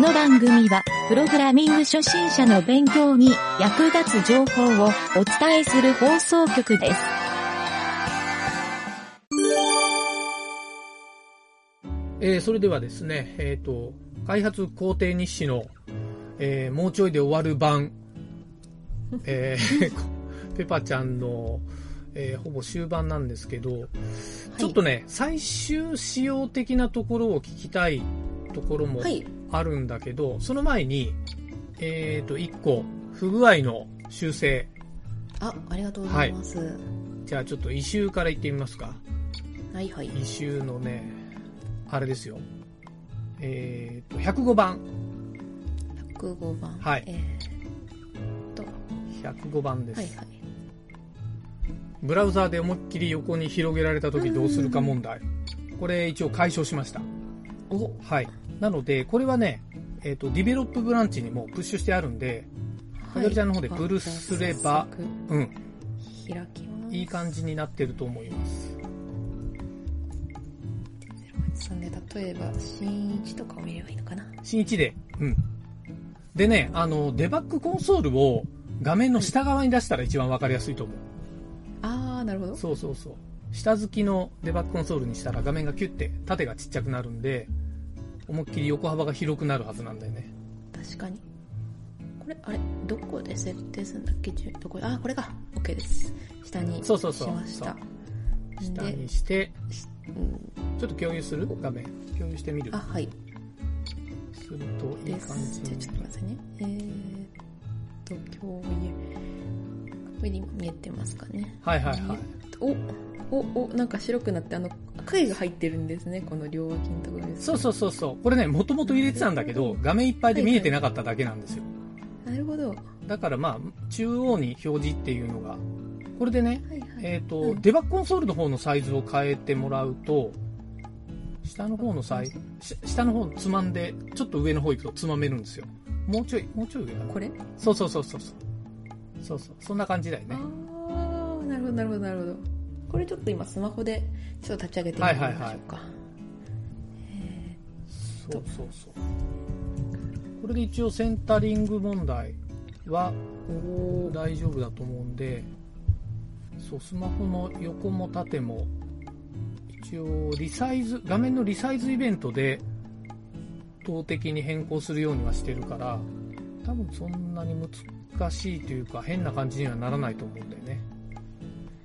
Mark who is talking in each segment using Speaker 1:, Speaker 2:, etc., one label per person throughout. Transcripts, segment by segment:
Speaker 1: の番組は、プログラミング初心者の勉強に役立つ情報をお伝えする放送局です。
Speaker 2: えーそれではですね、えー、と開発工程日誌の、えーもうちょいで終わる版、え ーペパちゃんの、えーほぼ終盤なんですけど、ちょっとね、最終仕様的なところを聞きたいところも
Speaker 3: はい。
Speaker 2: あるんだけど、その前に、えー、と1個、不具合の修正、
Speaker 3: あ、ありがとうございます。は
Speaker 2: じゃあちょっと異臭からいってみますか。
Speaker 3: いはい。
Speaker 2: 異臭のね、あれですよ、えー、と105番。
Speaker 3: 105番。
Speaker 2: はい
Speaker 3: えー
Speaker 2: 105番です、
Speaker 3: はいはい。
Speaker 2: ブラウザーで思いっきり横に広げられた時どうするか問題、これ一応解消しました
Speaker 3: お、
Speaker 2: はいなのでこれはね、えっとディベロップブランチにもうプッシュしてあるんで
Speaker 3: は
Speaker 2: みどりちゃんの方でブルースレバ
Speaker 3: じゃあ
Speaker 2: うん
Speaker 3: 早速開きます。
Speaker 2: いい感じになってると思います
Speaker 3: そんで、例えば、新一とかを見ればいいのかな。
Speaker 2: 新一でうんでねあのデバッグコンソールを画面の下側に出したら一番わかりやすいと思う、
Speaker 3: あー、なるほど。
Speaker 2: そうそうそう下付きのデバッグコンソールにしたら画面がキュッて縦がちっちゃくなるんで思いっきり横幅が広くなるはずなんだよね
Speaker 3: 確かに。これ、あれ、どこで設定するんだっけじゅどこあ、これか。OK です。下に
Speaker 2: そうそうそう
Speaker 3: しました。
Speaker 2: 下
Speaker 3: で
Speaker 2: にして
Speaker 3: うん
Speaker 2: ちょっと共有する画面共有してみる
Speaker 3: あ、はい。
Speaker 2: するとい
Speaker 3: で
Speaker 2: い感
Speaker 3: す。
Speaker 2: じ
Speaker 3: じゃあちょっと待ってくださいね。えーっと、共有。これで今見えてますかね。
Speaker 2: はいはいはい
Speaker 3: お、お、お、なんか白くなって、あの、影が入ってるんですね、この両脇のところです。
Speaker 2: そうそうそうそうこれねもともと入れてたんだけど画面いっぱいで見えてなかっただけなんですよ
Speaker 3: なるほど。は
Speaker 2: だからまあ中央に表示っていうのがこれでね
Speaker 3: いはい。
Speaker 2: えっ、と、
Speaker 3: うん
Speaker 2: デバッグコンソールの方のサイズを変えてもらうと下の方のサイズし下の方つまんでちょっと上の方行くとつまめるんですよもうちょいもうちょい上かな
Speaker 3: これ
Speaker 2: そうそうそうそうそうそうそうそんな感じだよね
Speaker 3: あー、なるほど、なるほど、なるほど。これちょっと今スマホでちょっと立ち上げてみましょうか。
Speaker 2: はいはいはいそうそうそう。これで一応センタリング問題は
Speaker 3: おー
Speaker 2: 大丈夫だと思うんで、そう、スマホの横も縦も、一応リサイズ、画面のリサイズイベントで、動的に変更するようにはしてるから、多分そんなに難しいというか、変な感じにはならないと思うんだよね。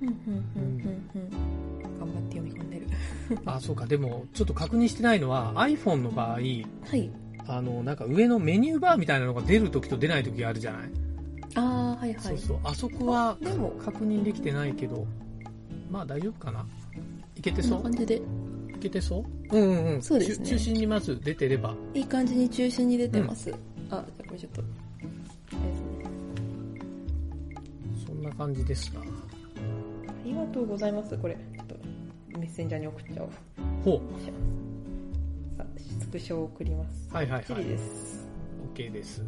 Speaker 3: うんうんうんうんうん頑張って読み込んでる。
Speaker 2: あ、そうか、でも、ちょっと確認してないのは、iPhone の場合、
Speaker 3: はい。
Speaker 2: あの、なんか上のメニューバーみたいなのが出るときと出ないときあるじゃない
Speaker 3: あー、はいは
Speaker 2: そう
Speaker 3: い。
Speaker 2: そう、あそこは
Speaker 3: でも
Speaker 2: 確認できてないけど、まあ大丈夫かな。いけて
Speaker 3: こん
Speaker 2: そ
Speaker 3: な
Speaker 2: う
Speaker 3: 感じで、
Speaker 2: いけてそううんうんうん。
Speaker 3: そうですね
Speaker 2: 中中心にまず出てれば。
Speaker 3: いい感じに中心に出てます。あ、じゃあこれちょっと。
Speaker 2: そんな感じですな。
Speaker 3: ありがとうございます。これ、ちょっとメッセンジャーに送っちゃおう。
Speaker 2: ほ
Speaker 3: さあ、スクショを送ります。
Speaker 2: う。はいはい
Speaker 3: チ
Speaker 2: は
Speaker 3: リ
Speaker 2: い。
Speaker 3: です。
Speaker 2: OK です。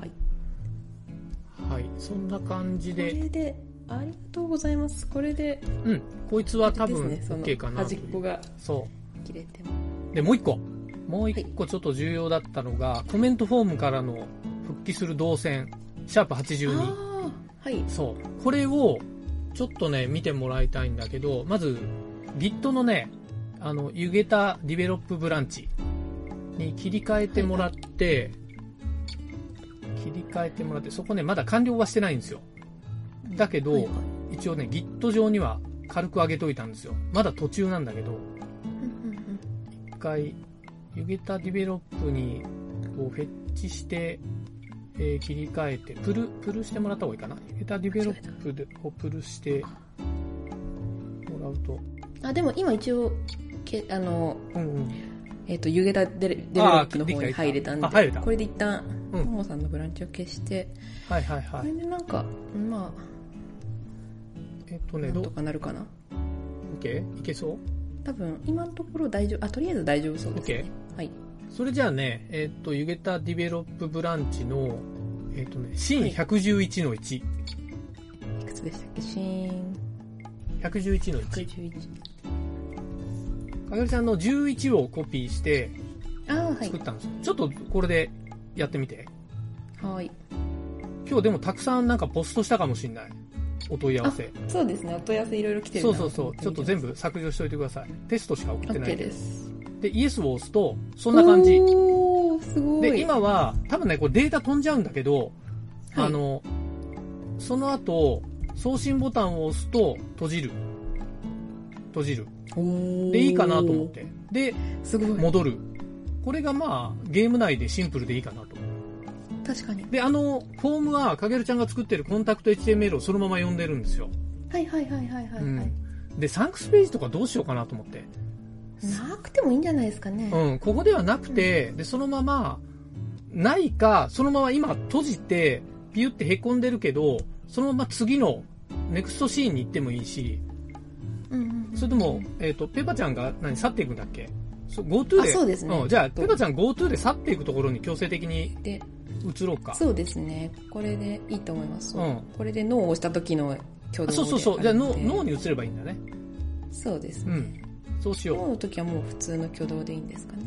Speaker 3: はい。
Speaker 2: はい。そんな感じ
Speaker 3: これ
Speaker 2: で、
Speaker 3: で、ありがとうございます。これで、
Speaker 2: うん。こいつは多分
Speaker 3: ですね
Speaker 2: OK か
Speaker 3: その
Speaker 2: なと
Speaker 3: 端
Speaker 2: い
Speaker 3: っ
Speaker 2: う
Speaker 3: こが
Speaker 2: そ
Speaker 3: 切れてま
Speaker 2: う。で、もう一個。もう一個ちょっと重要だったのが、コメントフォームからの復帰する動線、シャープ
Speaker 3: す。
Speaker 2: 82。
Speaker 3: ああ、はい。
Speaker 2: そう。これを、ちょっとね、見てもらいたいんだけど、まず、Git のね、あの、ゆげたディベロップブランチに切り替えてもらって、切り替えてもらって、そこね、まだ完了はしてないんですよ。だけど、
Speaker 3: はいはい
Speaker 2: 一応ね、Git 上には軽く上げといたんですよ。まだ途中なんだけど、
Speaker 3: うんうん
Speaker 2: 一回、ゆげたディベロップに、こう、フェッチして、えー切り替えて、プル、プルしてもらった方がいいかな。ゆげたディベロップでをプルしてもらうと。
Speaker 3: うんあ、でも今一応、けあの、
Speaker 2: うんうん。
Speaker 3: えっ、と、湯気だデレデベロップの方に入れたんで、
Speaker 2: あ入れた
Speaker 3: これで一旦、
Speaker 2: う
Speaker 3: も
Speaker 2: ん
Speaker 3: もさんのブランチを消して、
Speaker 2: はいはいは
Speaker 3: これ
Speaker 2: い。
Speaker 3: でなんか、ま
Speaker 2: えっと
Speaker 3: あ、
Speaker 2: ね、
Speaker 3: な
Speaker 2: ど
Speaker 3: ん
Speaker 2: う
Speaker 3: と、かなるかな。
Speaker 2: OK? いけそう
Speaker 3: 多分、今のところ大丈夫、あ、とりあえず大丈夫そうですね。はい。
Speaker 2: それじゃあね、えっと、ゆげたディベロップブランチの、えっとね、シーン111の1。
Speaker 3: いくつでしたっけシーン
Speaker 2: 111の1。
Speaker 3: 111。
Speaker 2: かぐりさんの11をコピーして、
Speaker 3: ああ、はい
Speaker 2: 作っ。たんですよ、ちょっとこれでやってみて
Speaker 3: はい。
Speaker 2: 今日でもたくさんなんかポストしたかもしれないお問い合わせ
Speaker 3: そうですね、お問い合わせいろいろ来てる
Speaker 2: そ
Speaker 3: な
Speaker 2: うそうそうちょっと全部削除しておいてくださいテストしか送ってない
Speaker 3: OK
Speaker 2: んで
Speaker 3: です。
Speaker 2: でイエスを押すとそんな感じ
Speaker 3: おー、すごい。
Speaker 2: で、今は、多分ね、これデータ飛んじゃうんだけど、
Speaker 3: はい
Speaker 2: あの、その後、送信ボタンを押すと、閉じる。閉じる。で、
Speaker 3: で
Speaker 2: いいかなと思っ。て。で、
Speaker 3: すごい。
Speaker 2: 戻る。これがまあ、ゲーム内でシンプルでいいかなと。
Speaker 3: 確かに。
Speaker 2: で、あの、フォームは、かげるちゃんが作ってるコンタクト HTML をそのまま読んでるんですよ。
Speaker 3: はいはいはいはいはい。はい
Speaker 2: うん。で、サンクスページとかどうしようかなと思って。
Speaker 3: なくてもいいんじゃないですかね。
Speaker 2: うん、ここではなくて、で、そのまま、ないか、そのまま今閉じて、ピュって凹んでるけど、そのまま次のネクストシーンに行ってもいいし、
Speaker 3: うんうんうん
Speaker 2: それとも、えっ、と、ペパちゃんが何去っていくんだっけそう ?GoTo で。
Speaker 3: あそうですね
Speaker 2: んじゃあ、ペパちゃん GoTo で去っていくところに強制的に
Speaker 3: で、
Speaker 2: 移ろうか。
Speaker 3: そうですね。これでいいと思います。
Speaker 2: うん
Speaker 3: これで脳を押した時の挙動
Speaker 2: あ
Speaker 3: で
Speaker 2: そうそうそう。じゃあ、
Speaker 3: るん
Speaker 2: 脳
Speaker 3: で
Speaker 2: 脳に移ればいいんだね。
Speaker 3: そうです
Speaker 2: う
Speaker 3: ね。
Speaker 2: ん。そうし
Speaker 3: 脳
Speaker 2: よ
Speaker 3: の時はもう普通の挙動でいいんですかね。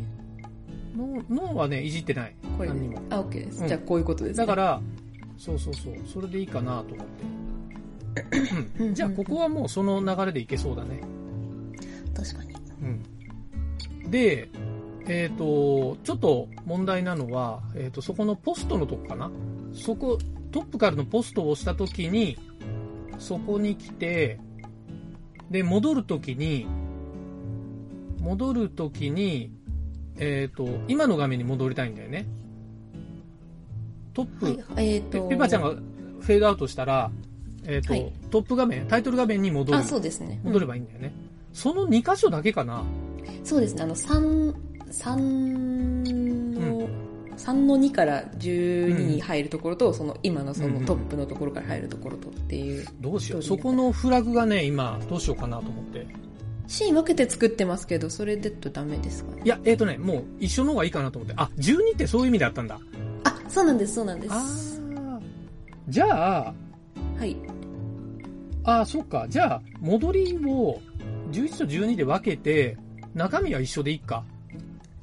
Speaker 2: う。脳脳はね、いじってない。
Speaker 3: これで
Speaker 2: 何にも。
Speaker 3: あ、OK で
Speaker 2: う
Speaker 3: す。
Speaker 2: ん
Speaker 3: じゃあ、こういうことですね。
Speaker 2: だか、ら、そうそうそう、それでいいかなと思って。 うんじゃあ、ここはもうその流れでいけそうだね。
Speaker 3: 確かに。
Speaker 2: うん、で、えっ、と、ちょっと問題なのは、えっ、と、そこのポストのとこかなそこ、トップからのポストを押したときに、そこに来て、で、戻るときに、戻るときに、えっ、と、今の画面に戻りたいんだよね。トップ、
Speaker 3: はい、えっ
Speaker 2: ペ
Speaker 3: と。
Speaker 2: ペパちゃんがフェードアウトしたら、えーと
Speaker 3: はい
Speaker 2: トップ画面、タイトル画面に戻る
Speaker 3: あ、そうですね。
Speaker 2: 戻ればいいんだよね。その2箇所だけかな。
Speaker 3: そうですね、あの、3、三の、三の2から12に入るところと、その、今のそ
Speaker 2: うんうん
Speaker 3: のトップのところから入るところとっていう、
Speaker 2: どうしよう。
Speaker 3: ど
Speaker 2: そう
Speaker 3: いうの
Speaker 2: このフラグがね、今、どうしようかなと思って。
Speaker 3: シーン分けて作ってますけど、それでとダメですかね。
Speaker 2: いや、えっ、とね、もう一緒の方がいいかなと思って。あ、12ってそういう意味だったんだ。
Speaker 3: あ、そうなんです、そうなんで
Speaker 2: あ
Speaker 3: す。
Speaker 2: ーじゃあ、
Speaker 3: はい。
Speaker 2: あーそっか。じゃあ、戻りを11と12で分けて、中身は一緒でいいか。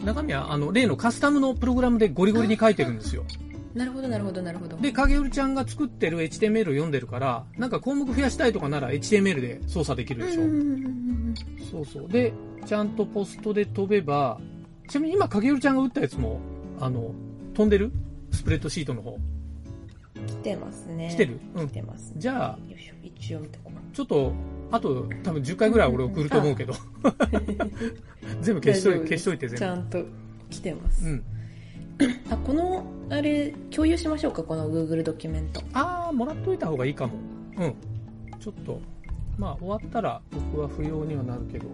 Speaker 2: 中身は、あの、例のカスタムのプログラムでゴリゴリに書いてるんですよ。
Speaker 3: なるほど、なるほど、なるほど。
Speaker 2: で、影るちゃんが作ってる HTML を読んでるから、なんか項目増やしたいとかなら HTML で操作でき
Speaker 3: う
Speaker 2: る
Speaker 3: ん
Speaker 2: で
Speaker 3: う
Speaker 2: し
Speaker 3: ん
Speaker 2: ょ。
Speaker 3: うんうん
Speaker 2: そうそう。で、ちゃんとポストで飛べば、ちなみに今、影るちゃんが打ったやつも、あの、飛んでるスプレッドシートの方。
Speaker 3: うん。来てますね。
Speaker 2: 来てるうん
Speaker 3: 来てますね。
Speaker 2: じゃあ、
Speaker 3: よいしょ、一応見てこう。
Speaker 2: ちょっと、あと、多分10回ぐらい俺送ると思うけど。 全部消しと
Speaker 3: 大丈
Speaker 2: い
Speaker 3: 夫
Speaker 2: て、
Speaker 3: です
Speaker 2: 消しといて、
Speaker 3: ちゃ
Speaker 2: 全
Speaker 3: んと来てます。
Speaker 2: 部。うん。
Speaker 3: あ、この、あれ、共有しましょうか、この Google ドキュメント。
Speaker 2: あー、もらっといた方がいいかも。うん。ちょっと、まあ、終わったら僕は不要にはなるけど。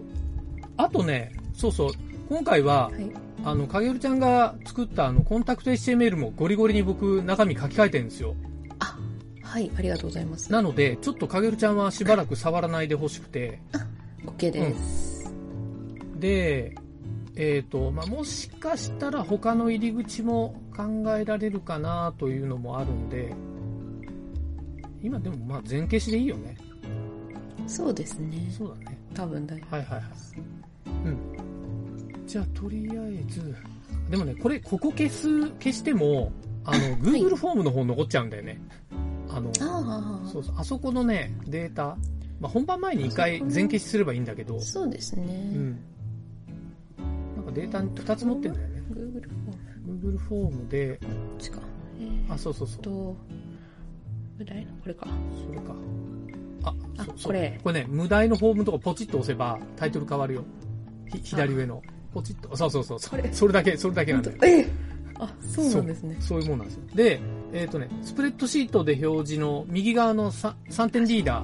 Speaker 2: あとね、そうそう、今回は、
Speaker 3: はい。
Speaker 2: あの、影るちゃんが作ったあの、コンタクト HTML もゴリゴリに僕、中身書き換えてるんですよ。
Speaker 3: あ、はい、ありがとうございます。
Speaker 2: なので、ちょっとかげるちゃんはしばらく触らないでほしくて、
Speaker 3: OK です。
Speaker 2: で、えっ、と、まあ、もしかしたら他の入り口も考えられるかなというのもあるんで、今でもまあ全消しでいいよね。
Speaker 3: そうですね。
Speaker 2: そうだね。
Speaker 3: 多分大丈
Speaker 2: はいはいはい。うん。じゃあ、とりあえず、でもね、これ、ここ消す、消しても、あの、Google フォームの方残っちゃうんだよね。あの、
Speaker 3: 夫。ああ、
Speaker 2: そ
Speaker 3: そう
Speaker 2: そう、あそこのね、データ、まあ、本番前に一回
Speaker 3: あそこの
Speaker 2: 全消しすればいいんだけど、
Speaker 3: うですね。
Speaker 2: うん。なんかデータ2つ持ってんだよね。
Speaker 3: Google フォーム
Speaker 2: Google フォームで、
Speaker 3: こっちか。えー、
Speaker 2: あ、
Speaker 3: っ
Speaker 2: そうそうそう、
Speaker 3: と、無題な、これか。
Speaker 2: それか。あ、
Speaker 3: あ
Speaker 2: そうそう
Speaker 3: これ
Speaker 2: これね、無題のフォームのとかポチッと押せばタイトル変わるよ。ひ左上の。ポチッと。そうそうそう。そ
Speaker 3: これ
Speaker 2: それだけ、それだけなんだよ。
Speaker 3: えあ、そうなんですね。
Speaker 2: そういうもんなんですよ。で、えっ、とね、スプレッドシートで表示の右側のさ3点リーダ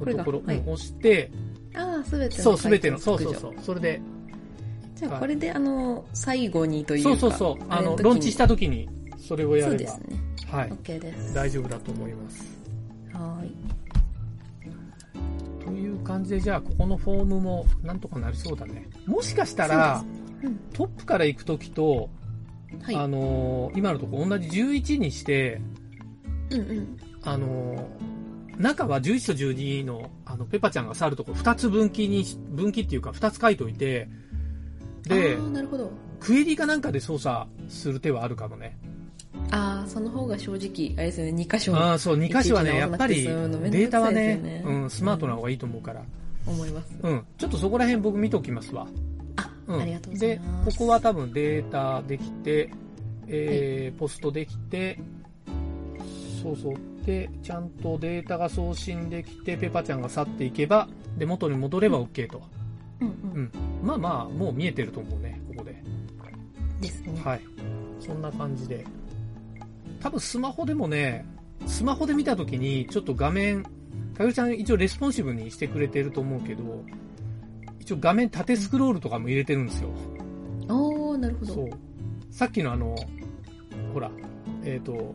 Speaker 2: ーのところを
Speaker 3: これだはい
Speaker 2: 押して、
Speaker 3: ああ、すべての。
Speaker 2: そう、すべての、そうそうそう。それで、
Speaker 3: じゃあ、これで、あの、最後にというか。
Speaker 2: そうそうそう。あ
Speaker 3: れ
Speaker 2: の、
Speaker 3: 時に
Speaker 2: ローンチした時に、それをや
Speaker 3: そう
Speaker 2: れ
Speaker 3: で
Speaker 2: ば
Speaker 3: す、ね。
Speaker 2: はい、
Speaker 3: OK です。
Speaker 2: 大丈夫だと思います。
Speaker 3: はーい。
Speaker 2: という感じで、じゃあ、ここのフォームもなんとかなりそうだね。もしかしたら、
Speaker 3: うん。
Speaker 2: トップから行く時と、
Speaker 3: はい。
Speaker 2: あのー今のとこ同じ11にして、
Speaker 3: うんうん。
Speaker 2: あのー中は11と12の、あの、ペパちゃんが去るとこ2つ分岐にし、分岐っていうか2つ書いといて、で
Speaker 3: ああ、、なるほど。
Speaker 2: クエリかなんかで操作する手はあるかもね。
Speaker 3: ああ、その方が正直、あれですよね、2箇所
Speaker 2: ああ、そう、2箇所はね、
Speaker 3: いちいち
Speaker 2: や
Speaker 3: 直さ
Speaker 2: っぱ
Speaker 3: なくて
Speaker 2: りデ
Speaker 3: 済むのめんどくさい
Speaker 2: ータはね
Speaker 3: ですよね、
Speaker 2: うん、スマートな方がいいと思うから。
Speaker 3: 思います。
Speaker 2: うん、ちょっとそこら辺僕見ておきますわ。
Speaker 3: あ、
Speaker 2: うん、
Speaker 3: ありがとうございます。
Speaker 2: で、ここは多分データできて、えーポストできて、そうそう。で、ちゃんとデータが送信できて、ペパちゃんが去っていけば、で、元に戻れば OK と。
Speaker 3: うん
Speaker 2: う
Speaker 3: うんん。
Speaker 2: まあまあ、もう見えてると思うね、ここで。
Speaker 3: ですね。
Speaker 2: はい。そんな感じで。多分スマホでもね、スマホで見たときに、ちょっと画面、かゆちゃん一応レスポンシブにしてくれてると思うけど、一応画面縦スクロールとかも入れてるんですよ。
Speaker 3: おー、なるほ
Speaker 2: そ
Speaker 3: ど
Speaker 2: う。。さっきのあの、ほら、えっ、と、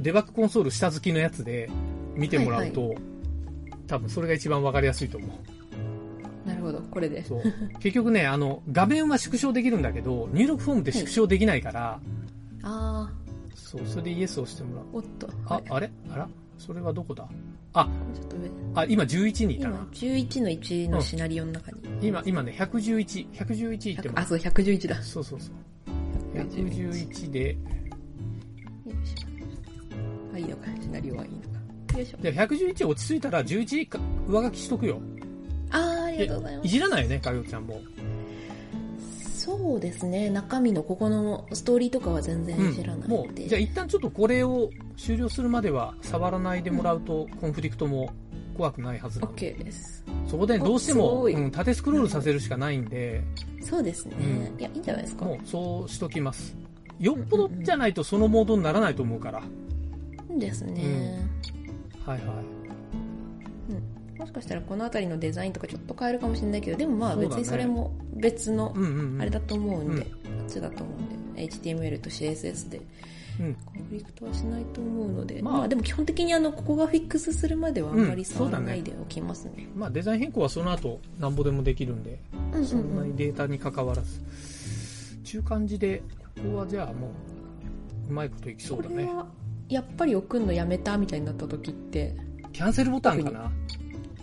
Speaker 2: デバッグコンソール下付きのやつで見てもらうと、多分それが一番わかりやすいと思う。
Speaker 3: なるほど、これで。
Speaker 2: そう。結局ね、あの、画面は縮小できるんだけど、入力フォームって縮小できないから、
Speaker 3: あ
Speaker 2: そう、それでイエスを押してもらう。
Speaker 3: ー、おっと。
Speaker 2: あ
Speaker 3: はい、
Speaker 2: あれあらそれはどこだあ、
Speaker 3: ちょっと上。
Speaker 2: あ、今11人いた
Speaker 3: 今
Speaker 2: な。、
Speaker 3: 11の1のシナリオの中に。
Speaker 2: 今、今ね、111、111いって
Speaker 3: 100
Speaker 2: ま
Speaker 3: あ、
Speaker 2: す。
Speaker 3: そう、111だ。よ
Speaker 2: そうそうそう。111で、
Speaker 3: いしょ。あ、いいのか、シナリオはいいのか。よいしょ。
Speaker 2: で、111落ち着いたら11か上書きしとくよ。
Speaker 3: あー、ありがとうございま
Speaker 2: いじらないよね、かよちゃんも。
Speaker 3: す。そうですね、中身のここのストーリーとかは全然
Speaker 2: うん
Speaker 3: 知らないんで。
Speaker 2: もう、じゃあ一旦ちょっとこれを終了するまでは触らないでもらうと、コンフリクトも怖くないはずなんで。
Speaker 3: OK です。
Speaker 2: そこでどうして
Speaker 3: おす
Speaker 2: も、
Speaker 3: ごい
Speaker 2: うん、縦スクロールさせるしかないんで、
Speaker 3: そうですね。
Speaker 2: うん
Speaker 3: いや、いいんじゃないですか。
Speaker 2: もうそうしときます。よっぽどじゃないとそのモードにならないと思うから。
Speaker 3: ですね、
Speaker 2: はいはい。
Speaker 3: もしかしたらこの辺りのデザインとかちょっと変えるかもしれないけどでもまあ
Speaker 2: そうだね
Speaker 3: 別にそれも別の
Speaker 2: うんうん、うん。
Speaker 3: あれだと思うんで、こっちだと思うんで HTML と CSS で
Speaker 2: うん
Speaker 3: コンフリクトはしないと思うので、
Speaker 2: まあ
Speaker 3: まあでも基本的にあのここがフィックスするまではあんま
Speaker 2: うん
Speaker 3: り
Speaker 2: そう
Speaker 3: 触
Speaker 2: だ
Speaker 3: ら
Speaker 2: ね
Speaker 3: ないでおきますね。
Speaker 2: まあデザイン変更はその後、なんぼでもできるんで、
Speaker 3: うんうんうん
Speaker 2: そんなにデータに関わらず。ちゅう感じで、ここはじゃあもう、うまいこといきそう
Speaker 3: こ
Speaker 2: だ
Speaker 3: れ
Speaker 2: ね。
Speaker 3: はやっぱり送るのやめたみたいになった時って
Speaker 2: キャンセルボタンかな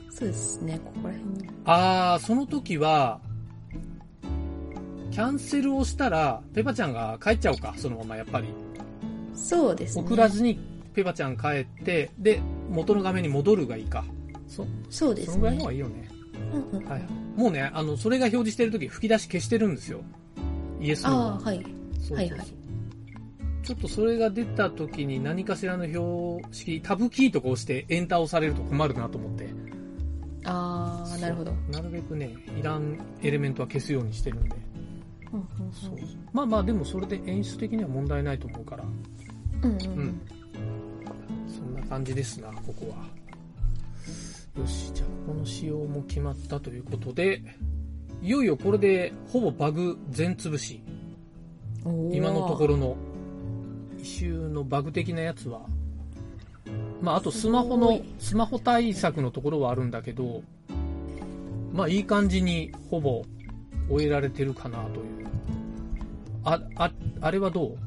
Speaker 3: そうですねここら辺に
Speaker 2: あー、その時は、キャンセルをしたら、ペパちゃんが帰っちゃおうか、そのままやっぱり。
Speaker 3: そうですね
Speaker 2: 送らずにペパちゃん帰って、で、元の画面に戻るがいいか。そ、
Speaker 3: そうで
Speaker 2: そ
Speaker 3: す
Speaker 2: のぐらい
Speaker 3: ね
Speaker 2: の方がいいよね。
Speaker 3: うんうん
Speaker 2: はい。もうね、あの、それが表示してる時吹き出し消してるんですよ。イエスの
Speaker 3: ああはい
Speaker 2: そうそうそう
Speaker 3: はいはい
Speaker 2: ちょっとそれが出た時に何かしらの標識、タブキーとか押してエンターをされると困るなと思って。
Speaker 3: ああなるほど、
Speaker 2: そうなるべくね、いらんエレメントは消すようにしてるんで。
Speaker 3: うんうんうん
Speaker 2: そうまあまあ、でもそれで演出的には問題ないと思うから、
Speaker 3: うんうんう
Speaker 2: うん
Speaker 3: ん
Speaker 2: そんな感じですな、ここは。よし、じゃあここの仕様も決まったということで、いよいよこれでほぼバグ全潰し。今のとこ
Speaker 3: ろ
Speaker 2: ろの異臭のバグ的なやつは、まあ、あとスマホの
Speaker 3: すごい
Speaker 2: スマホ対策のところはあるんだけど、まあ、いい感じにほぼ終えられてるかなというあああれはどう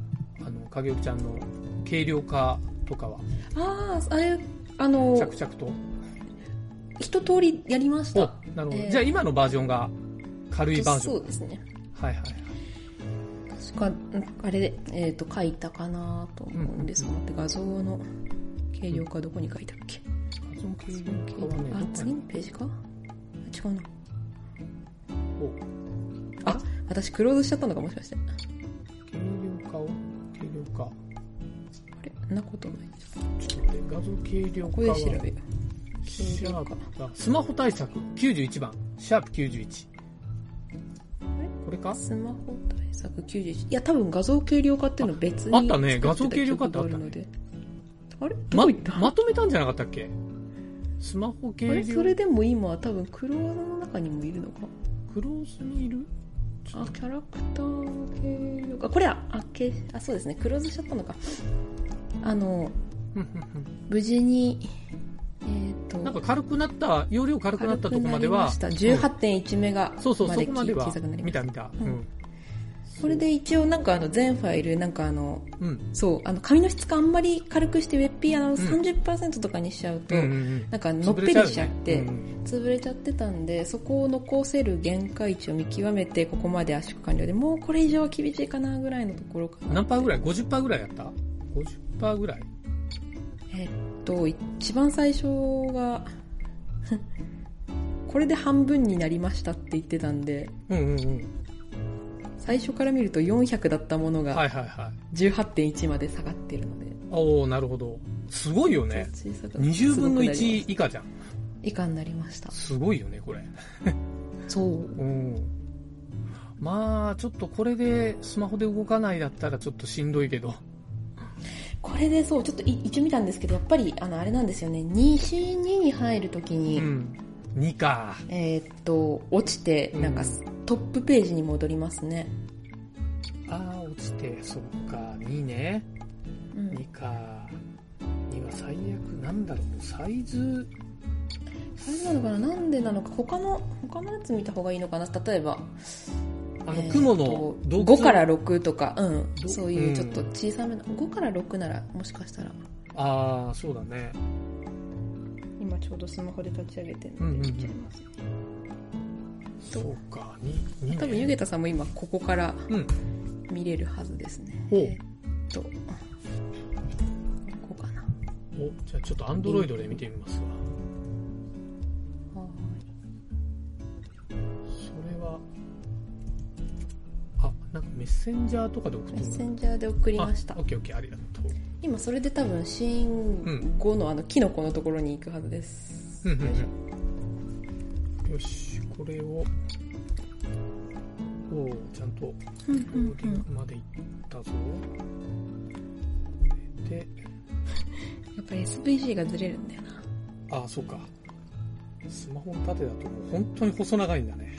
Speaker 2: あの影織ちゃんの軽量化とかは
Speaker 3: あああれあの
Speaker 2: 着々と
Speaker 3: 一通りやりまし
Speaker 2: お
Speaker 3: た
Speaker 2: なるほど、
Speaker 3: えー
Speaker 2: じゃあ今のバージョンが軽いバージョン
Speaker 3: そうですね
Speaker 2: はいはいはい
Speaker 3: 確かうんあれで、えー、と書いたかなと思うんですが、待って画像の軽量化どこに書いたっけ、
Speaker 2: 画像軽量化はねど
Speaker 3: あ
Speaker 2: こ
Speaker 3: 次
Speaker 2: に
Speaker 3: のページかあ違うな
Speaker 2: お
Speaker 3: あ私クローズしちゃったのかもしかしてあ
Speaker 2: 軽量化を軽量化
Speaker 3: れそんなことない
Speaker 2: ちょっと待って画像軽量
Speaker 3: こ
Speaker 2: 化
Speaker 3: こで
Speaker 2: は
Speaker 3: 調べよ
Speaker 2: シャープがスマホ対策91番シャープ91これか
Speaker 3: うスマホ対策91いや多分画像軽量化っていうの別に
Speaker 2: ああったね
Speaker 3: 作
Speaker 2: 画像軽量化ってあっ
Speaker 3: 記
Speaker 2: たね
Speaker 3: 憶がるのであれど
Speaker 2: ま
Speaker 3: こ行った、
Speaker 2: まとめたんじゃなかったっけスマホ
Speaker 3: あ
Speaker 2: 軽
Speaker 3: れそれ
Speaker 2: 量
Speaker 3: でも今多分クローズの中にもいるのか
Speaker 2: クローズにいるちょ
Speaker 3: あ
Speaker 2: っと
Speaker 3: キャラクター系あこれはあけあそうですねクローズしちゃったのかあの
Speaker 2: ふんふんふ
Speaker 3: 無事にえっ、と
Speaker 2: んなんか軽くなった容量軽くなったとこまでは
Speaker 3: 軽くなりました18.1メガまで
Speaker 2: そうそうそこまで
Speaker 3: 小
Speaker 2: は
Speaker 3: さくなりま
Speaker 2: 見
Speaker 3: した
Speaker 2: た見た、う
Speaker 3: うん
Speaker 2: ん
Speaker 3: これで一応なんかあの全ファイルなんかあの
Speaker 2: うん
Speaker 3: そうあの紙の質感あんまり軽くしてウェッピーあの
Speaker 2: ん
Speaker 3: 30%とかにしちゃうと、
Speaker 2: うんうんうん
Speaker 3: なんかのっ
Speaker 2: 潰
Speaker 3: ぺり
Speaker 2: れちゃうよね
Speaker 3: しちゃって
Speaker 2: うん
Speaker 3: 潰れちゃってたんでそこを残せる限界値を見極めてここまで圧縮完了でもうこれ以上は厳しいかなぐらいのところかな
Speaker 2: 何パーぐら
Speaker 3: い
Speaker 2: い ?50% ぐらいやった ?50% ぐらい
Speaker 3: えっと一番最初が これで半分になりましたって言ってたんで
Speaker 2: うんうんうん。
Speaker 3: 最初から見ると400だったもの
Speaker 2: は
Speaker 3: が
Speaker 2: いはいはい。
Speaker 3: 18.1まで下がってるので、
Speaker 2: おおなるほど。すごいよね。
Speaker 3: 小さく
Speaker 2: 20分の
Speaker 3: すごくなり
Speaker 2: 1
Speaker 3: ま
Speaker 2: 以下じゃん。
Speaker 3: 以下になりました
Speaker 2: すごいよね、これ。
Speaker 3: そう
Speaker 2: うん。まあ、ちょっとこれでスマホで動かないだったらちょっとしんどいけど。
Speaker 3: これでそうちょっとい一応見たんですけどやっぱりあのあれなんですよね 2C2 に入るとき
Speaker 2: う
Speaker 3: に、
Speaker 2: ん。2か。
Speaker 3: えーっと落ちてなんか、
Speaker 2: うん
Speaker 3: トップページに戻りますね、
Speaker 2: ああ、落ちて、そっか。2ね。
Speaker 3: うん
Speaker 2: 2か。2は最悪、なんだろう、サイズ。
Speaker 3: それなのかななんでなのか他の他のやつ見た方がいいのかな例えば
Speaker 2: あ
Speaker 3: え
Speaker 2: の
Speaker 3: ー、っと
Speaker 2: 雲の洞窟。
Speaker 3: 5から6とか、うん、
Speaker 2: ど
Speaker 3: そういうちょっと
Speaker 2: う
Speaker 3: 小さめの5から6ならもしかしたら
Speaker 2: ああ、そうだね。
Speaker 3: 今ちょうどスマホで立ち上げてる
Speaker 2: うんうん
Speaker 3: の
Speaker 2: うん
Speaker 3: で見ちゃいます、
Speaker 2: そうか、2、2ね。
Speaker 3: 多分ゆげたさんも今ここから
Speaker 2: うん。
Speaker 3: 見れるはずですね
Speaker 2: お
Speaker 3: えーっとここかな
Speaker 2: お、じゃあちょっとアンドロイドで見てみますわ。
Speaker 3: は
Speaker 2: それは、あ、なんかメッセンジャーとかで送っ
Speaker 3: ーい
Speaker 2: て
Speaker 3: メッセ
Speaker 2: ン
Speaker 3: ンジャーで送りました
Speaker 2: オッケーオッケー、ありがとう。
Speaker 3: 今それで多分シーン5のあのキノコのところに行くはずです、
Speaker 2: うんうんうん。よし、これを、おおちゃんと、ロ
Speaker 3: うん
Speaker 2: ーディングまでいったぞ。で、
Speaker 3: やっぱり SVG がずれるんだよな
Speaker 2: あ、そうか。スマホの縦だともう本当に細長いんだね。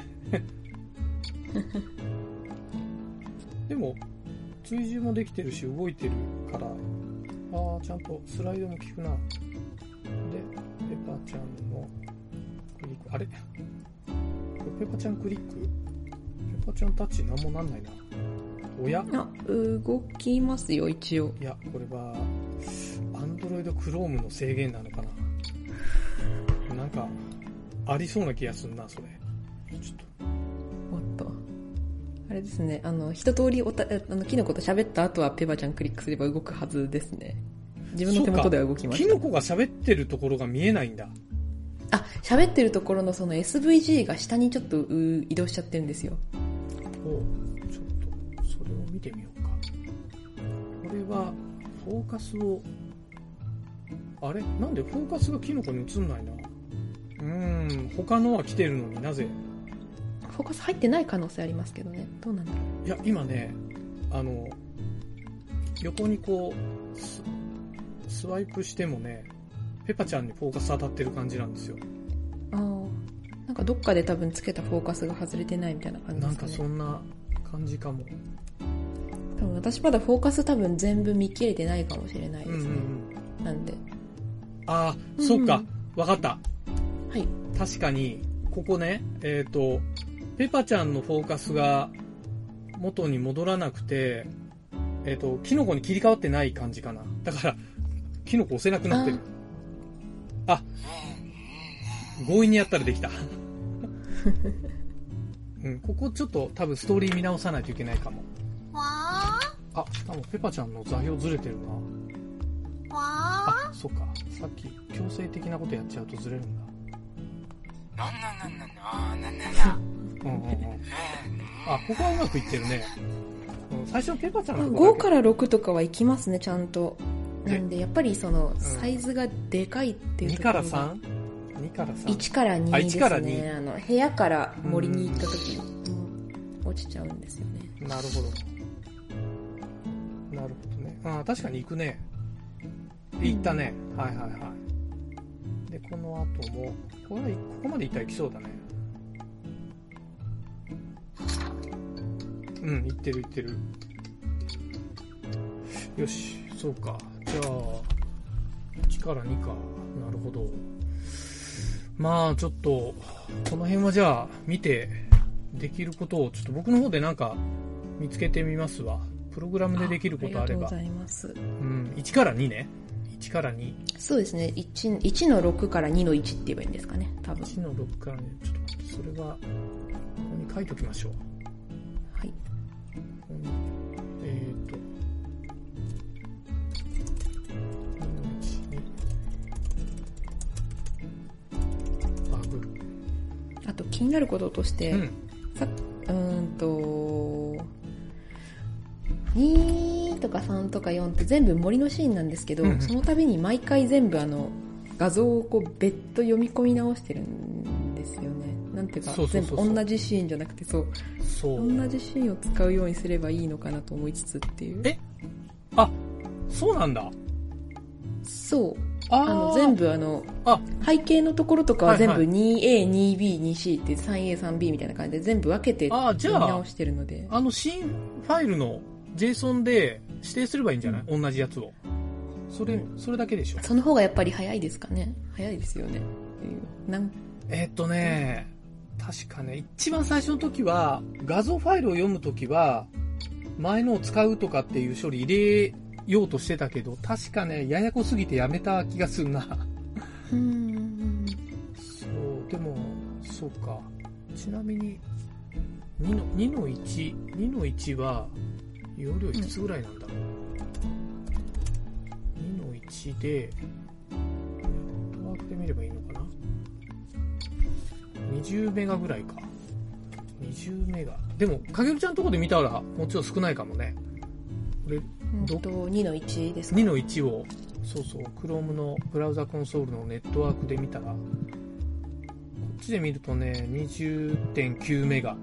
Speaker 2: でも、追従もできてるし、動いてるから、ああ、ちゃんとスライドも効くな。で、ペパちゃんのクリック、あれこれペパちゃんクリックペパちゃんタッチなんもなんないな。おや
Speaker 3: あ動きますよ一応
Speaker 2: いや、これは、アンドロイドクロームの制限なのかな。なんか、ありそうな気がすんな、それ。ちょっと。
Speaker 3: おっとあれですねあの一通りおたあのキノコと喋った後はペバちゃんクリックすれば動くはずですね自分の手元では動きま
Speaker 2: キ
Speaker 3: す
Speaker 2: ノコが喋ってるところが見えないんだ。
Speaker 3: あ喋ってるところのその SVG が下にちょっとう移動しちゃってるんですよ
Speaker 2: をちょっとそれを見てみようかこれはフォーカスをあれなんでフォーカスがキノコに映んないなうーん他のは来てるのになぜ
Speaker 3: フォーカス入ってない可能性ありますけどねどうなんだろう
Speaker 2: いや今ねあの横にこうススワイプしてもねペパちゃんにフォーカス当たってる感じなんですよ
Speaker 3: ああなんかどっかで多分つけたフォーカスが外れてないみたいな感じ
Speaker 2: な
Speaker 3: で
Speaker 2: ん
Speaker 3: すか
Speaker 2: か
Speaker 3: ね
Speaker 2: そんな感じかも
Speaker 3: 多分私まだフォーカス多分全部見切れてないかもしれないで
Speaker 2: うんうん
Speaker 3: す
Speaker 2: う
Speaker 3: ね、
Speaker 2: ん
Speaker 3: なんで
Speaker 2: ああ、
Speaker 3: うん
Speaker 2: そうかわかった
Speaker 3: はい
Speaker 2: 確かに、ここね、えっ、と、ペパちゃんのフォーカスが元に戻らなくて、えっ、と、キノコに切り替わってない感じかな。だから、キノコ押せなくなってる。あ強引にやったらできた。 うん、ここちょっと多分ストーリー見直さないといけないかも。あ、多分ペパちゃんの座標ずれてるな。あ、そっか。さっき強制的なことやっちゃうとずれるんだ。
Speaker 4: なんなんなんなんあーなんなんなん
Speaker 2: うんうんうん。あ、ここはうまくいってるね。うん最初のペパちゃんのとこだ
Speaker 3: 5
Speaker 2: け
Speaker 3: から6とかはいきますねちゃんとな
Speaker 2: ね
Speaker 3: んでやっぱりそのサイズがでかいっていう
Speaker 2: 2
Speaker 3: と
Speaker 2: か
Speaker 3: ころ
Speaker 2: ら
Speaker 3: が
Speaker 2: 3?2 から 3?
Speaker 3: 1から2
Speaker 2: あ
Speaker 3: ですね
Speaker 2: 1から2
Speaker 3: あの部屋から森に行った時うん落ちちゃうんですよね
Speaker 2: なるほど。なるほどね。あー確かに行くね。行ったね。はいはいはい。で、この後も、これはここまで行ったら行きそうだね。うん、行ってる行ってる。よし、そうか。じゃあ、1から2か。なるほど。まあ、ちょっと、この辺はじゃあ、見て、できることを、ちょっと僕の方でなんか、見つけてみますわ。プログラムでできることあれば。
Speaker 3: ありがとうございます。
Speaker 2: うん、1から2ね。1から2。
Speaker 3: そうですね。1、1の6から2の1って言えばいいんですかね。多分。
Speaker 2: 1の6からね、ちょっと待って、それは、ここに書いておきましょう。
Speaker 3: はい。
Speaker 2: ここにえっ、ー、と、1、2、バグ。
Speaker 3: あと気になることとして、
Speaker 2: うん。
Speaker 3: さうーんと、2とか3とか4って全部森のシーンなんですけど、
Speaker 2: うんうん
Speaker 3: その度に毎回全部あの、画像をこう別途読み込み直してるんですよね。なんていうか
Speaker 2: そうそうそうそう
Speaker 3: 全部同じシーンじゃなくてそう、
Speaker 2: そう。
Speaker 3: 同じシーンを使うようにすればいいのかなと思いつつっていう。
Speaker 2: えあ、そうなんだ。
Speaker 3: そう。
Speaker 2: あ
Speaker 3: あの、全。部あの、
Speaker 2: あ、
Speaker 3: 背景のところとかは全
Speaker 2: は
Speaker 3: 部
Speaker 2: いは
Speaker 3: 2A、2B、2C っていう 3A、3B みたいな感じで全部分けて
Speaker 2: あーじゃあ
Speaker 3: 読み直してるので。
Speaker 2: あの、新ファイルの JSON で指定すればいいんじゃない、同じやつを。それ、それだけでしょ。
Speaker 3: その方がやっぱり早いですかね。早いですよね。っていうなん
Speaker 2: えーっとね、確かね、一番最初の時は、画像ファイルを読む時は、前のを使うとかっていう処理入れようとしてたけど、確かね、ややこすぎてやめた気がするな。
Speaker 3: うん。
Speaker 2: そう、でも、そうか。ちなみに、2の、2の1、2の1は、容量いくつぐらいなんだろう。2の1で、ネットワークで見ればいいのかな ?20 メガぐらいか。20メガ。でも、かげるちゃんのとこで見たら、もちろん少ないかもね。俺、
Speaker 3: うん
Speaker 2: ど
Speaker 3: と、2の1ですか
Speaker 2: 2の1を、そうそう、Chrome のブラウザコンソールのネットワークで見たら、こっちで見るとね、20.9メガ。う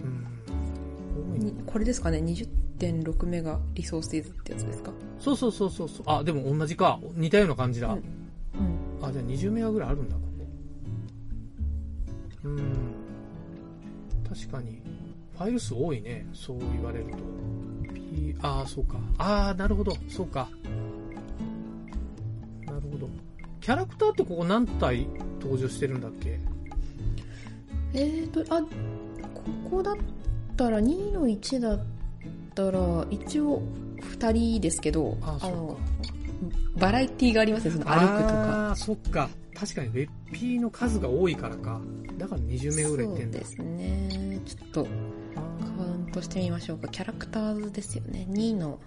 Speaker 2: ーん、多いね
Speaker 3: にこれですかね。20.6メガリソースイズってやつですか。
Speaker 2: そうそうそうそうそう。あ、でも同じか。似たような感じだ。
Speaker 3: うんうん。
Speaker 2: あ、じゃあ20メガぐらいあるんだ、ここ。うーん。確かに。ファイル数多いね。そう言われると。P、ああ、そうか。ああ、なるほど。そうか。なるほど。キャラクターってここ何体登場してるんだっけ
Speaker 3: えーと、あ、ここだったら、2の1だったら、一応2人ですけど、
Speaker 2: あそうか
Speaker 3: の、バラエティがありますね。その歩くとか。
Speaker 2: ああー、そっか。確かに、べっぴーの数が多いからか。だから20メガぐらいいってん
Speaker 3: そ
Speaker 2: だ
Speaker 3: う。ですね。ちょっと、
Speaker 2: あ
Speaker 3: カ
Speaker 2: ー
Speaker 3: ウントしてみましょうか。キャラクターズですよね。2の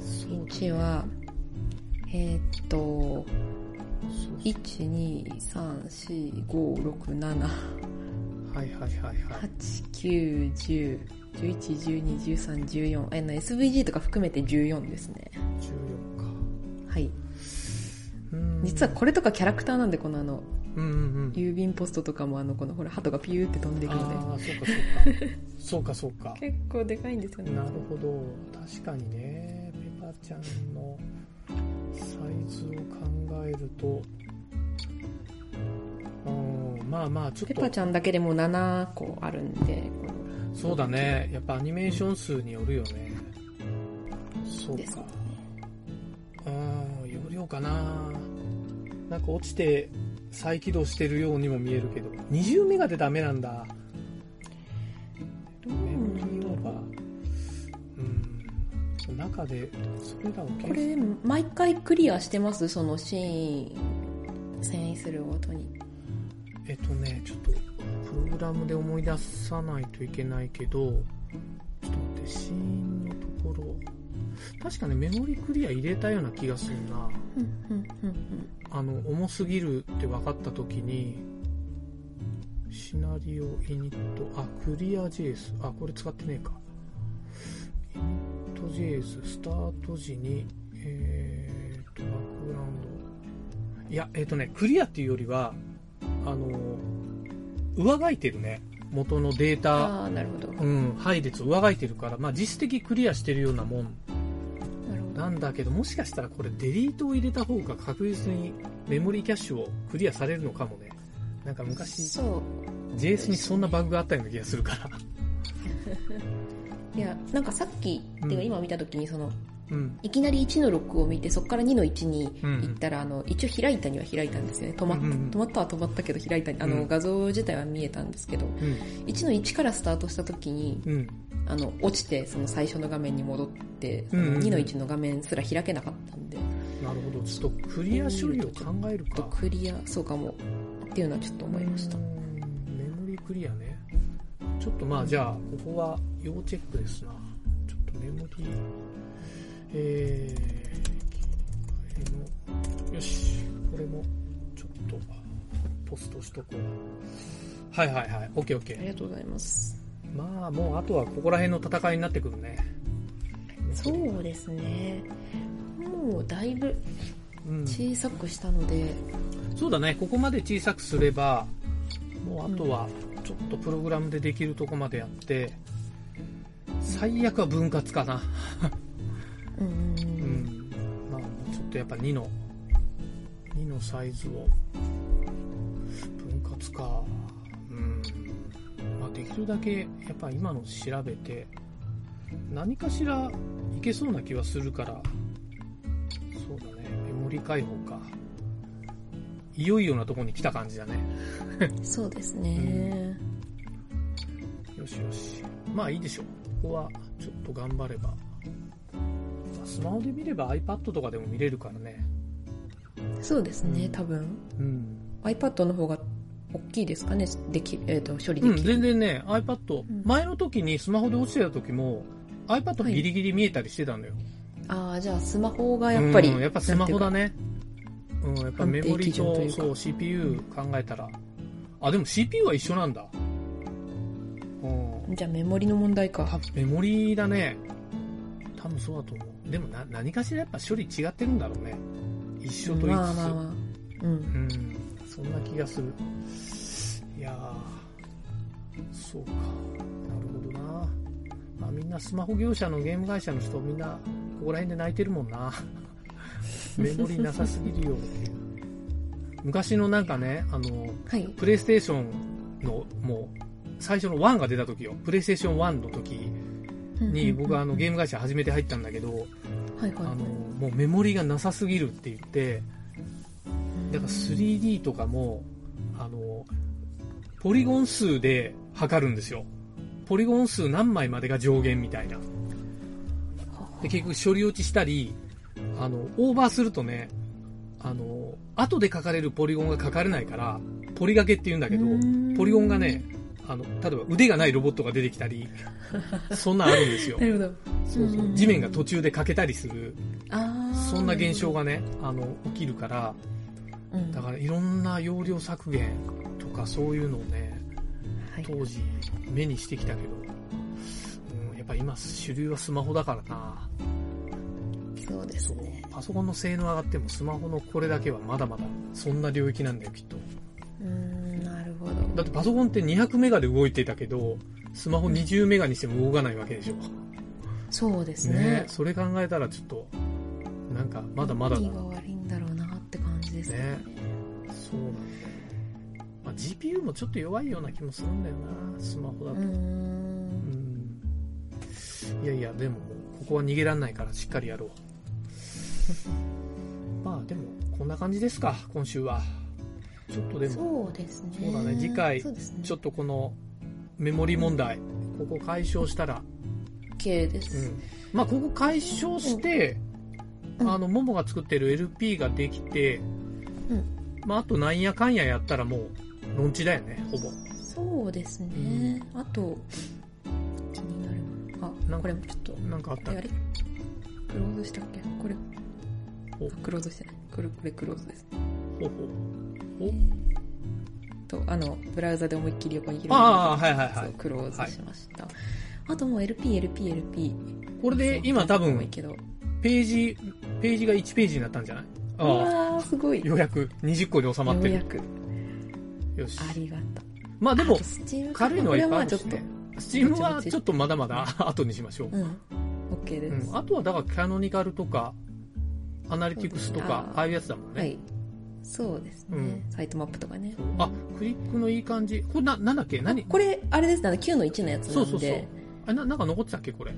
Speaker 2: そうだね
Speaker 3: 1は、えーっと、
Speaker 2: そう
Speaker 3: 1、2、3、4、5、6、7、
Speaker 2: はいはいはいはい。
Speaker 3: 8、9、10、11、12、13、14。えーな SVG とか含めて14ですね。
Speaker 2: 14か。
Speaker 3: はい。
Speaker 2: うーん
Speaker 3: 実はこれとかキャラクターなんで、このあの、
Speaker 2: うんうんうん。
Speaker 3: 郵便ポストとかもあの、このほら、鳩がピューって飛んでいくの
Speaker 2: ああ、そう かそうか。そうかそうか
Speaker 3: で。。結構でかいんですよね。
Speaker 2: なるほど。確かにね、ペパちゃんのサイズを考えると、うん、まあまあ、ちょ
Speaker 3: ペ
Speaker 2: っ
Speaker 3: パ
Speaker 2: と、
Speaker 3: ちゃんだけでもう7個あるんで、こ
Speaker 2: そうだね。やっぱアニメーション数によるよね。そ
Speaker 3: の
Speaker 2: うか
Speaker 3: です。ね。
Speaker 2: うん、容量かな。なんか落ちて再起動してるようにも見えるけど、20メガでダメなんだ。
Speaker 3: どう
Speaker 2: メモ
Speaker 3: なん
Speaker 2: リ
Speaker 3: だろ
Speaker 2: ーオ
Speaker 3: う
Speaker 2: ーバー。うん。中で、それらを計
Speaker 3: これ毎回クリアしてますそのシーン遷移するごとに
Speaker 2: えっとね、ちょっと、プログラムで思い出さないといけないけど、ちょっと待って、シーンのところ。確かね、メモリクリア入れたような気がするな。あの、重すぎるって分かった時に、シナリオ、イニット、あ、クリア JS。あ、これ使ってねえか。イニット JS、スタート時に、えーっと、バックグラウンド。いや、えーっとね、クリアっていうよりは、あの、上書いてるね。元のデータ、
Speaker 3: ああーなるほど
Speaker 2: うん、配列を上書いてるから、まあ実質的クリアしてるようなもん
Speaker 3: なるほど
Speaker 2: なんだけど、もしかしたらこれデリートを入れた方が確実にメモリーキャッシュをクリアされるのかもね。なんか昔、
Speaker 3: そ
Speaker 2: JS にそんなバグがあったような気がするから。
Speaker 3: ういやなんかさっき、
Speaker 2: うん
Speaker 3: てか今見た時にその
Speaker 2: うん。
Speaker 3: いきなり1の6を見て、そこから2の1に
Speaker 2: うんうん
Speaker 3: 行ったら、あの、一応開いたには開いたんですよね。止まっ
Speaker 2: うんうん
Speaker 3: 止まったは止まったけど開いたに、あの、
Speaker 2: うん
Speaker 3: 画像自体は見えたんですけど、
Speaker 2: うん。
Speaker 3: 1の1からスタートした時に、
Speaker 2: うん。
Speaker 3: あの、落ちて、その最初の画面に戻って、
Speaker 2: うんうんうん
Speaker 3: 2の1の画面すら開けなかったんで、
Speaker 2: なるほど。ちょっとクリア処理を考える
Speaker 3: ちょ
Speaker 2: か
Speaker 3: っと。クリア、そうかも、っていうのはちょっと思いました
Speaker 2: う。んメモリクリアね。ちょっとまあじゃあ、ここは要チェックですな。ちょっとメモリ、えー、これもよし、これもちょっとポストしとこう。はいはいはい、オッケーオッケ
Speaker 3: ありがとうございます。
Speaker 2: ー。まあもうあとはここら辺の戦いになってくるね。
Speaker 3: そうですね。もうだいぶ
Speaker 2: うん、
Speaker 3: 小さくしたので、
Speaker 2: そうだね、ここまで小さくすれば、もうあとはちょっとプログラムでできるとこまでやって、最悪は分割かな。
Speaker 3: うんうんう
Speaker 2: うんん、まあちょっとやっぱ2の2のサイズを分割かうん、まあ、できるだけやっぱ今の調べて何かしらいけそうな気はするからそうだねメモリ解放かいよいよなとこに来た感じだね
Speaker 3: うん、そうですね。
Speaker 2: よしよしまあいいでしょうここはちょっと頑張ればまあスマホで見れば iPad とかでも見れるからね
Speaker 3: そうですね、
Speaker 2: うん
Speaker 3: 多分。
Speaker 2: うん、
Speaker 3: iPad の方が大きいですかね、でき、えっ、と、処理
Speaker 2: う
Speaker 3: で
Speaker 2: ん、
Speaker 3: きる。
Speaker 2: 全然ね、iPad、
Speaker 3: ん
Speaker 2: 前の時にスマホで落ちてた時も、iPad ギリギリ見えたりしてたんだよ。
Speaker 3: ああ、じゃあスマホがやっぱり、
Speaker 2: うん、やっぱスマホだね。うん、やっぱメモリ
Speaker 3: 判定基準
Speaker 2: と
Speaker 3: というか
Speaker 2: そう CPU 考えたら。あ、でも CPU は一緒なんだ。うん。
Speaker 3: じゃあメモリの問題
Speaker 2: 多
Speaker 3: か。
Speaker 2: 分メモリだね。多分そうだと思う。でもな、何かしらやっぱ処理違ってるんだろうね。一緒と言いつつ。
Speaker 3: まあまあまあ。うん。
Speaker 2: うん、そんな気がする。いやー、そうか。なるほどな。まあみんなスマホ業者のゲーム会社の人、みんなここら辺で泣いてるもんな。メモリなさすぎるよっていう。昔のなんかね、あの、
Speaker 3: はい。
Speaker 2: プレイステーションの、もう、最初の1が出た時よ。プレイステーション1の時に、僕はあのゲーム会社初めて入ったんだけど、
Speaker 3: ム、はい
Speaker 2: あ
Speaker 3: はい
Speaker 2: の、もうメモリがなさすぎるって言って、だから 3D とかも、あの、ポリゴン数で測るんですよ。ポリゴン数何枚までが上限みたいな。で、結局処理落ちしたり、あの、オーバーするとね、あの、後で書かれるポリゴンが書かれないから、ポリ掛けって言うんだけど
Speaker 3: うーん、
Speaker 2: ポリゴンがね、あの、例えば腕がないロボットが出てきたり、そんなんある んですよ
Speaker 3: な。るほど。
Speaker 2: そうそ
Speaker 3: う
Speaker 2: う
Speaker 3: んうん
Speaker 2: 地面が途中で欠けたりする、
Speaker 3: ああ。
Speaker 2: そんな現象がね、あの、起きるから、
Speaker 3: うん。
Speaker 2: だからいろんな容量削減とかそういうのをね、
Speaker 3: はい
Speaker 2: 当時目にしてきたけど、うん、やっぱ今主流はスマホだからな。
Speaker 3: そうで
Speaker 2: そ
Speaker 3: す
Speaker 2: う
Speaker 3: ね。。
Speaker 2: パソコンの性能上がってもスマホのこれだけはまだまだそんな領域なんだよきっと。
Speaker 3: うーん、なるほど。
Speaker 2: だってパソコンって200メガで動いてたけど、スマホ20メガにしても動かないわけでしょ。
Speaker 3: そうですね。
Speaker 2: ねそれ考えたらちょっと、なんかまだまだだ
Speaker 3: 何
Speaker 2: な
Speaker 3: が悪いんだろうなって感じですね。
Speaker 2: ねそうなんだよ。まあ、GPU もちょっと弱いような気もするんだよな、スマホだ
Speaker 3: う
Speaker 2: と。
Speaker 3: ーん。
Speaker 2: いやいや、でも、ここは逃げらんないからしっかりやろう。 まあでも、こんな感じですか、今週は。ちょっとでも、
Speaker 3: そうですね。
Speaker 2: そうだね次回
Speaker 3: そうですね。
Speaker 2: ちょっとこのメモリ問題、ここ解消したら、
Speaker 3: OK で
Speaker 2: う
Speaker 3: す。
Speaker 2: ん。まあここ解消して、
Speaker 3: うん
Speaker 2: あの、ももが作ってる LP ができて、
Speaker 3: うん
Speaker 2: まああとなんやかんややったらもう、ロンチだよね、ほぼ。
Speaker 3: そうですね。あと、気になるもの。
Speaker 2: なん
Speaker 3: あ、
Speaker 2: か
Speaker 3: これもちょっと。
Speaker 2: なんかあっ
Speaker 3: え
Speaker 2: た
Speaker 3: あ
Speaker 2: っ
Speaker 3: れ
Speaker 2: け
Speaker 3: クローズしたっけこれ。
Speaker 2: お
Speaker 3: あクローズしてない。これ、これクローズです。
Speaker 2: ほうほう
Speaker 3: と、あの、ブラウザで思いっきり横に広げ
Speaker 2: ああ、はいはいは
Speaker 3: そう
Speaker 2: い。
Speaker 3: クローズしました。あともう LP、LP、LP。
Speaker 2: これで今多分
Speaker 3: 多いけど。
Speaker 2: ページ、ページが1ページになったんじゃないうああ、
Speaker 3: わー、すごい。
Speaker 2: ようやく20個に収まって
Speaker 3: よう
Speaker 2: る
Speaker 3: や。く。
Speaker 2: よし。
Speaker 3: ありがとう。
Speaker 2: まあでも、
Speaker 3: スチーム
Speaker 2: 軽いのはいっぱいあるし
Speaker 3: これは
Speaker 2: ね
Speaker 3: ま。
Speaker 2: スチームはちょっとまだまだ 後にしましょう
Speaker 3: あちょっと、。うん。OK
Speaker 2: う
Speaker 3: です。
Speaker 2: ん、あとはだからキャノニカルとか、アナリティクスと
Speaker 3: そうです
Speaker 2: か
Speaker 3: ね、
Speaker 2: ああいうやつだもんね。
Speaker 3: はい。そうですね、
Speaker 2: うん
Speaker 3: サイトマップとかね。
Speaker 2: あ、クリックのいい感じ。これな、なんだっけ何
Speaker 3: これ、あれですね、あの9の1のやつなんで。
Speaker 2: そうそうそうあれな、なんか残ってたっけこれ。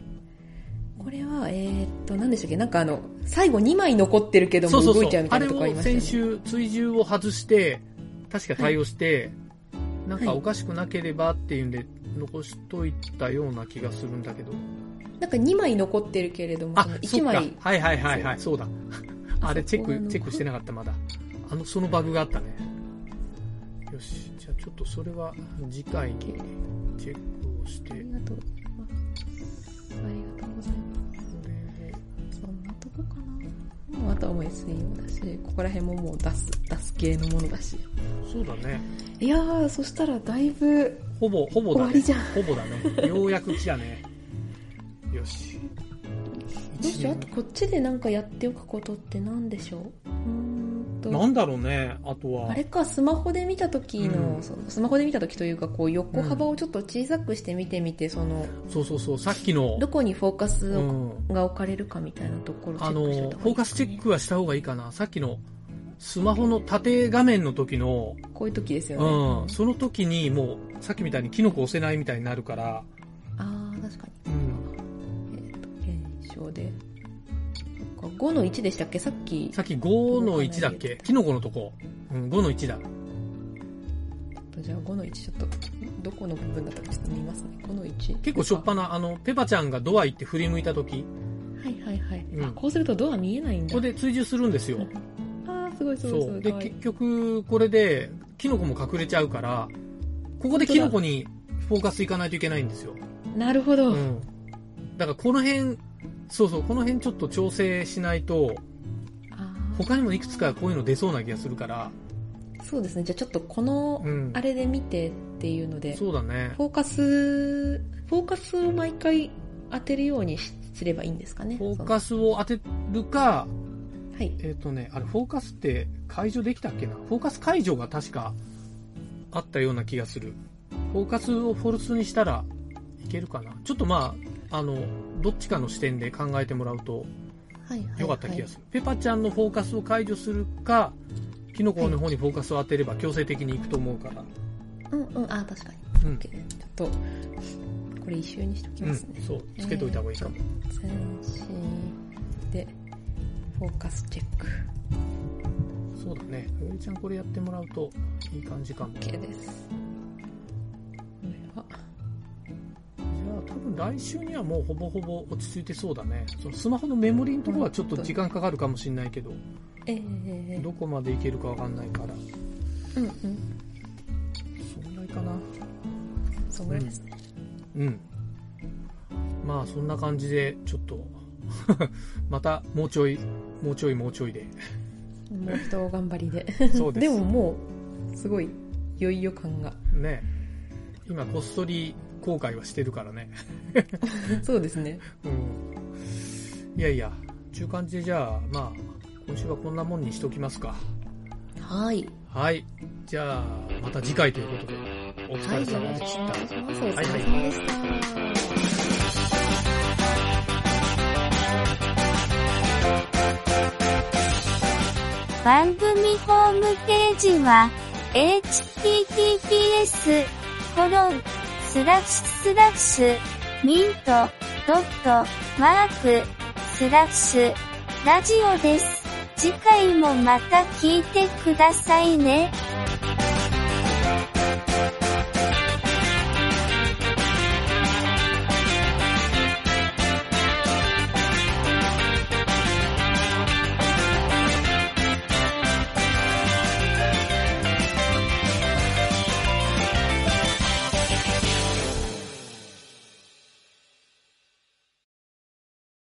Speaker 3: これは、えー、っと、何でしたっけなんかあの、最後2枚残ってるけども
Speaker 2: そうそう
Speaker 3: 動
Speaker 2: そ
Speaker 3: いちゃう
Speaker 2: う
Speaker 3: み。た
Speaker 2: あ
Speaker 3: いな
Speaker 2: れ
Speaker 3: とこあり
Speaker 2: を
Speaker 3: ましたよ
Speaker 2: 先
Speaker 3: ね。
Speaker 2: 週、追従を外して、確か対応して、なんか
Speaker 3: はい
Speaker 2: おかしくなければっていうんで、残しといたような気がするんだけど。
Speaker 3: なんか2枚残ってるけれども、
Speaker 2: あ
Speaker 3: その、
Speaker 2: そ
Speaker 3: 1
Speaker 2: っか
Speaker 3: 枚。
Speaker 2: はいはいはいはい、そうだ。あれ、チェ
Speaker 3: そこ
Speaker 2: ッ
Speaker 3: が
Speaker 2: ク、チェッ
Speaker 3: 残
Speaker 2: ク
Speaker 3: っ
Speaker 2: してなかった、まだ。あの、そのバグがあったね。よし、じゃあちょっとそれは次回にチェックをして、
Speaker 3: あ
Speaker 2: こ
Speaker 3: りがとうございます。ありがとうございま。
Speaker 2: れです
Speaker 3: そんなとこかな。もうあとはもう SE もだし、ここら辺ももう出す、出す系のものだし。
Speaker 2: そうだね。
Speaker 3: いやー、そしたらだいぶ、
Speaker 2: ほぼ、ほぼ
Speaker 3: 終わ
Speaker 2: だね
Speaker 3: りじゃん。
Speaker 2: ほぼだね。ようやく来たね。よし。
Speaker 3: どうしよう。あ
Speaker 2: 一
Speaker 3: とこっちでなんかやっておくことって何でしょううーんと。
Speaker 2: 年なんだろうね、あとは。
Speaker 3: あれか、スマホで見た時の、
Speaker 2: うん
Speaker 3: そのスマホで見た時というか、こう横幅をちょっと小さくして見てみて、その、
Speaker 2: そうそうそう、さっきの、
Speaker 3: どこにフォーカス
Speaker 2: う
Speaker 3: を
Speaker 2: ん。
Speaker 3: が置かれるかみたいなところをチェ
Speaker 2: あ
Speaker 3: ック
Speaker 2: の、フ
Speaker 3: しておいた方がいいで
Speaker 2: ォーカス
Speaker 3: す
Speaker 2: チ
Speaker 3: かね
Speaker 2: ェックはした方がいいかな。さっきの、スマホの縦画面の時の、
Speaker 3: こういう時ですよね。
Speaker 2: うん、その時にもう、さっきみたいにキノコ押せないみたいになるから、
Speaker 3: ああ、確か
Speaker 2: うん、
Speaker 3: に。えっ、と、検証で。そっか5の1でしたっけさっき、
Speaker 2: さっき5の1だっけキノコのとこ。うん、5の1だ。
Speaker 3: じゃあ5の1ちょっと、どこの部分だったかちょっと見ますね。5の1。
Speaker 2: 結構しょっぱな、あの、ペパちゃんがドア行って振り向いた時、
Speaker 3: はいはいはい、
Speaker 2: うん
Speaker 3: あこうするとドア見えないんだ。
Speaker 2: ここで追従するんですよ。
Speaker 3: ああ、すごいすごいす
Speaker 2: そ
Speaker 3: ご
Speaker 2: う。
Speaker 3: い。
Speaker 2: で、
Speaker 3: かわいい
Speaker 2: 結局、これで、キノコも隠れちゃうから、ここでキノコにフォーカスいかないといけないんですよ。
Speaker 3: なるほど、
Speaker 2: うん。だからこの辺、そうそう、この辺ちょっと調整しないと、
Speaker 3: あー
Speaker 2: 他にもいくつかこういうの出そうな気がするから、
Speaker 3: そうですね。じゃあちょっとこの、
Speaker 2: うん。
Speaker 3: あれで見てっていうので、
Speaker 2: そうだね。
Speaker 3: フォーカス、フォーカスを毎回当てるようにしすればいいんですかね。
Speaker 2: フォーカスを当てるか、
Speaker 3: そのはい。
Speaker 2: えっ、とね、あれ、フォーカスって解除できたっけなフォーカス解除が確かあったような気がする。フォーカスをフォルスにしたらいけるかなちょっとまあ、あの、どっちかの視点で考えてもらうと
Speaker 3: はいはいはい
Speaker 2: 良かった気がする。ペパちゃんのフォーカスを解除するか、キノコの方にフォーカスを当てれば強制的にいくと思うから。
Speaker 3: うんうん、あ、確かに。
Speaker 2: うん。
Speaker 3: ちょっと、これ一周にしておき
Speaker 2: う
Speaker 3: ますね
Speaker 2: ん、。そう、つけといた方がいいかも。
Speaker 3: 全身で、フォーカスチェック。
Speaker 2: そうだね。かぐりちゃんこれやってもらうといい感じかも。じゃ
Speaker 3: OK です。これは、
Speaker 2: あ多分来週にはもうほぼほぼ落ち着いてそうだね。そのスマホのメモリのところはちょっと時間かかるかもしれないけど、
Speaker 3: えー、
Speaker 2: どこまでいけるかわかんないから、
Speaker 3: うんうん。
Speaker 2: そんぐらいかな。
Speaker 3: そんぐらいですね。
Speaker 2: うん。まあそんな感じで、ちょっと、 またもうちょい、もうちょいもうちょいで。
Speaker 3: もう一頑張りで。
Speaker 2: そうです。
Speaker 3: でももう、すごい、いよいよ感が。
Speaker 2: ね。今こっそり後悔はしてるからね。
Speaker 3: そうですね。
Speaker 2: うん。いやいや、ちゅう感じでじゃあ、まあ、今週はこんなもんにしときますか。
Speaker 3: はい。
Speaker 2: はい。じゃあ、また次回ということで、お疲
Speaker 3: は
Speaker 2: れ
Speaker 3: い、じゃあ
Speaker 2: 様
Speaker 3: よろ
Speaker 2: で
Speaker 3: し
Speaker 2: し
Speaker 3: くお
Speaker 2: た。
Speaker 3: 願いします。お疲
Speaker 2: はい
Speaker 3: れ様でした。
Speaker 5: 番組ホームページは、https, コロン、スラッシュスラッシュ、ミント、ドット、マーク、スラッシュ、ラジオです。次回もまた聞いてくださいね。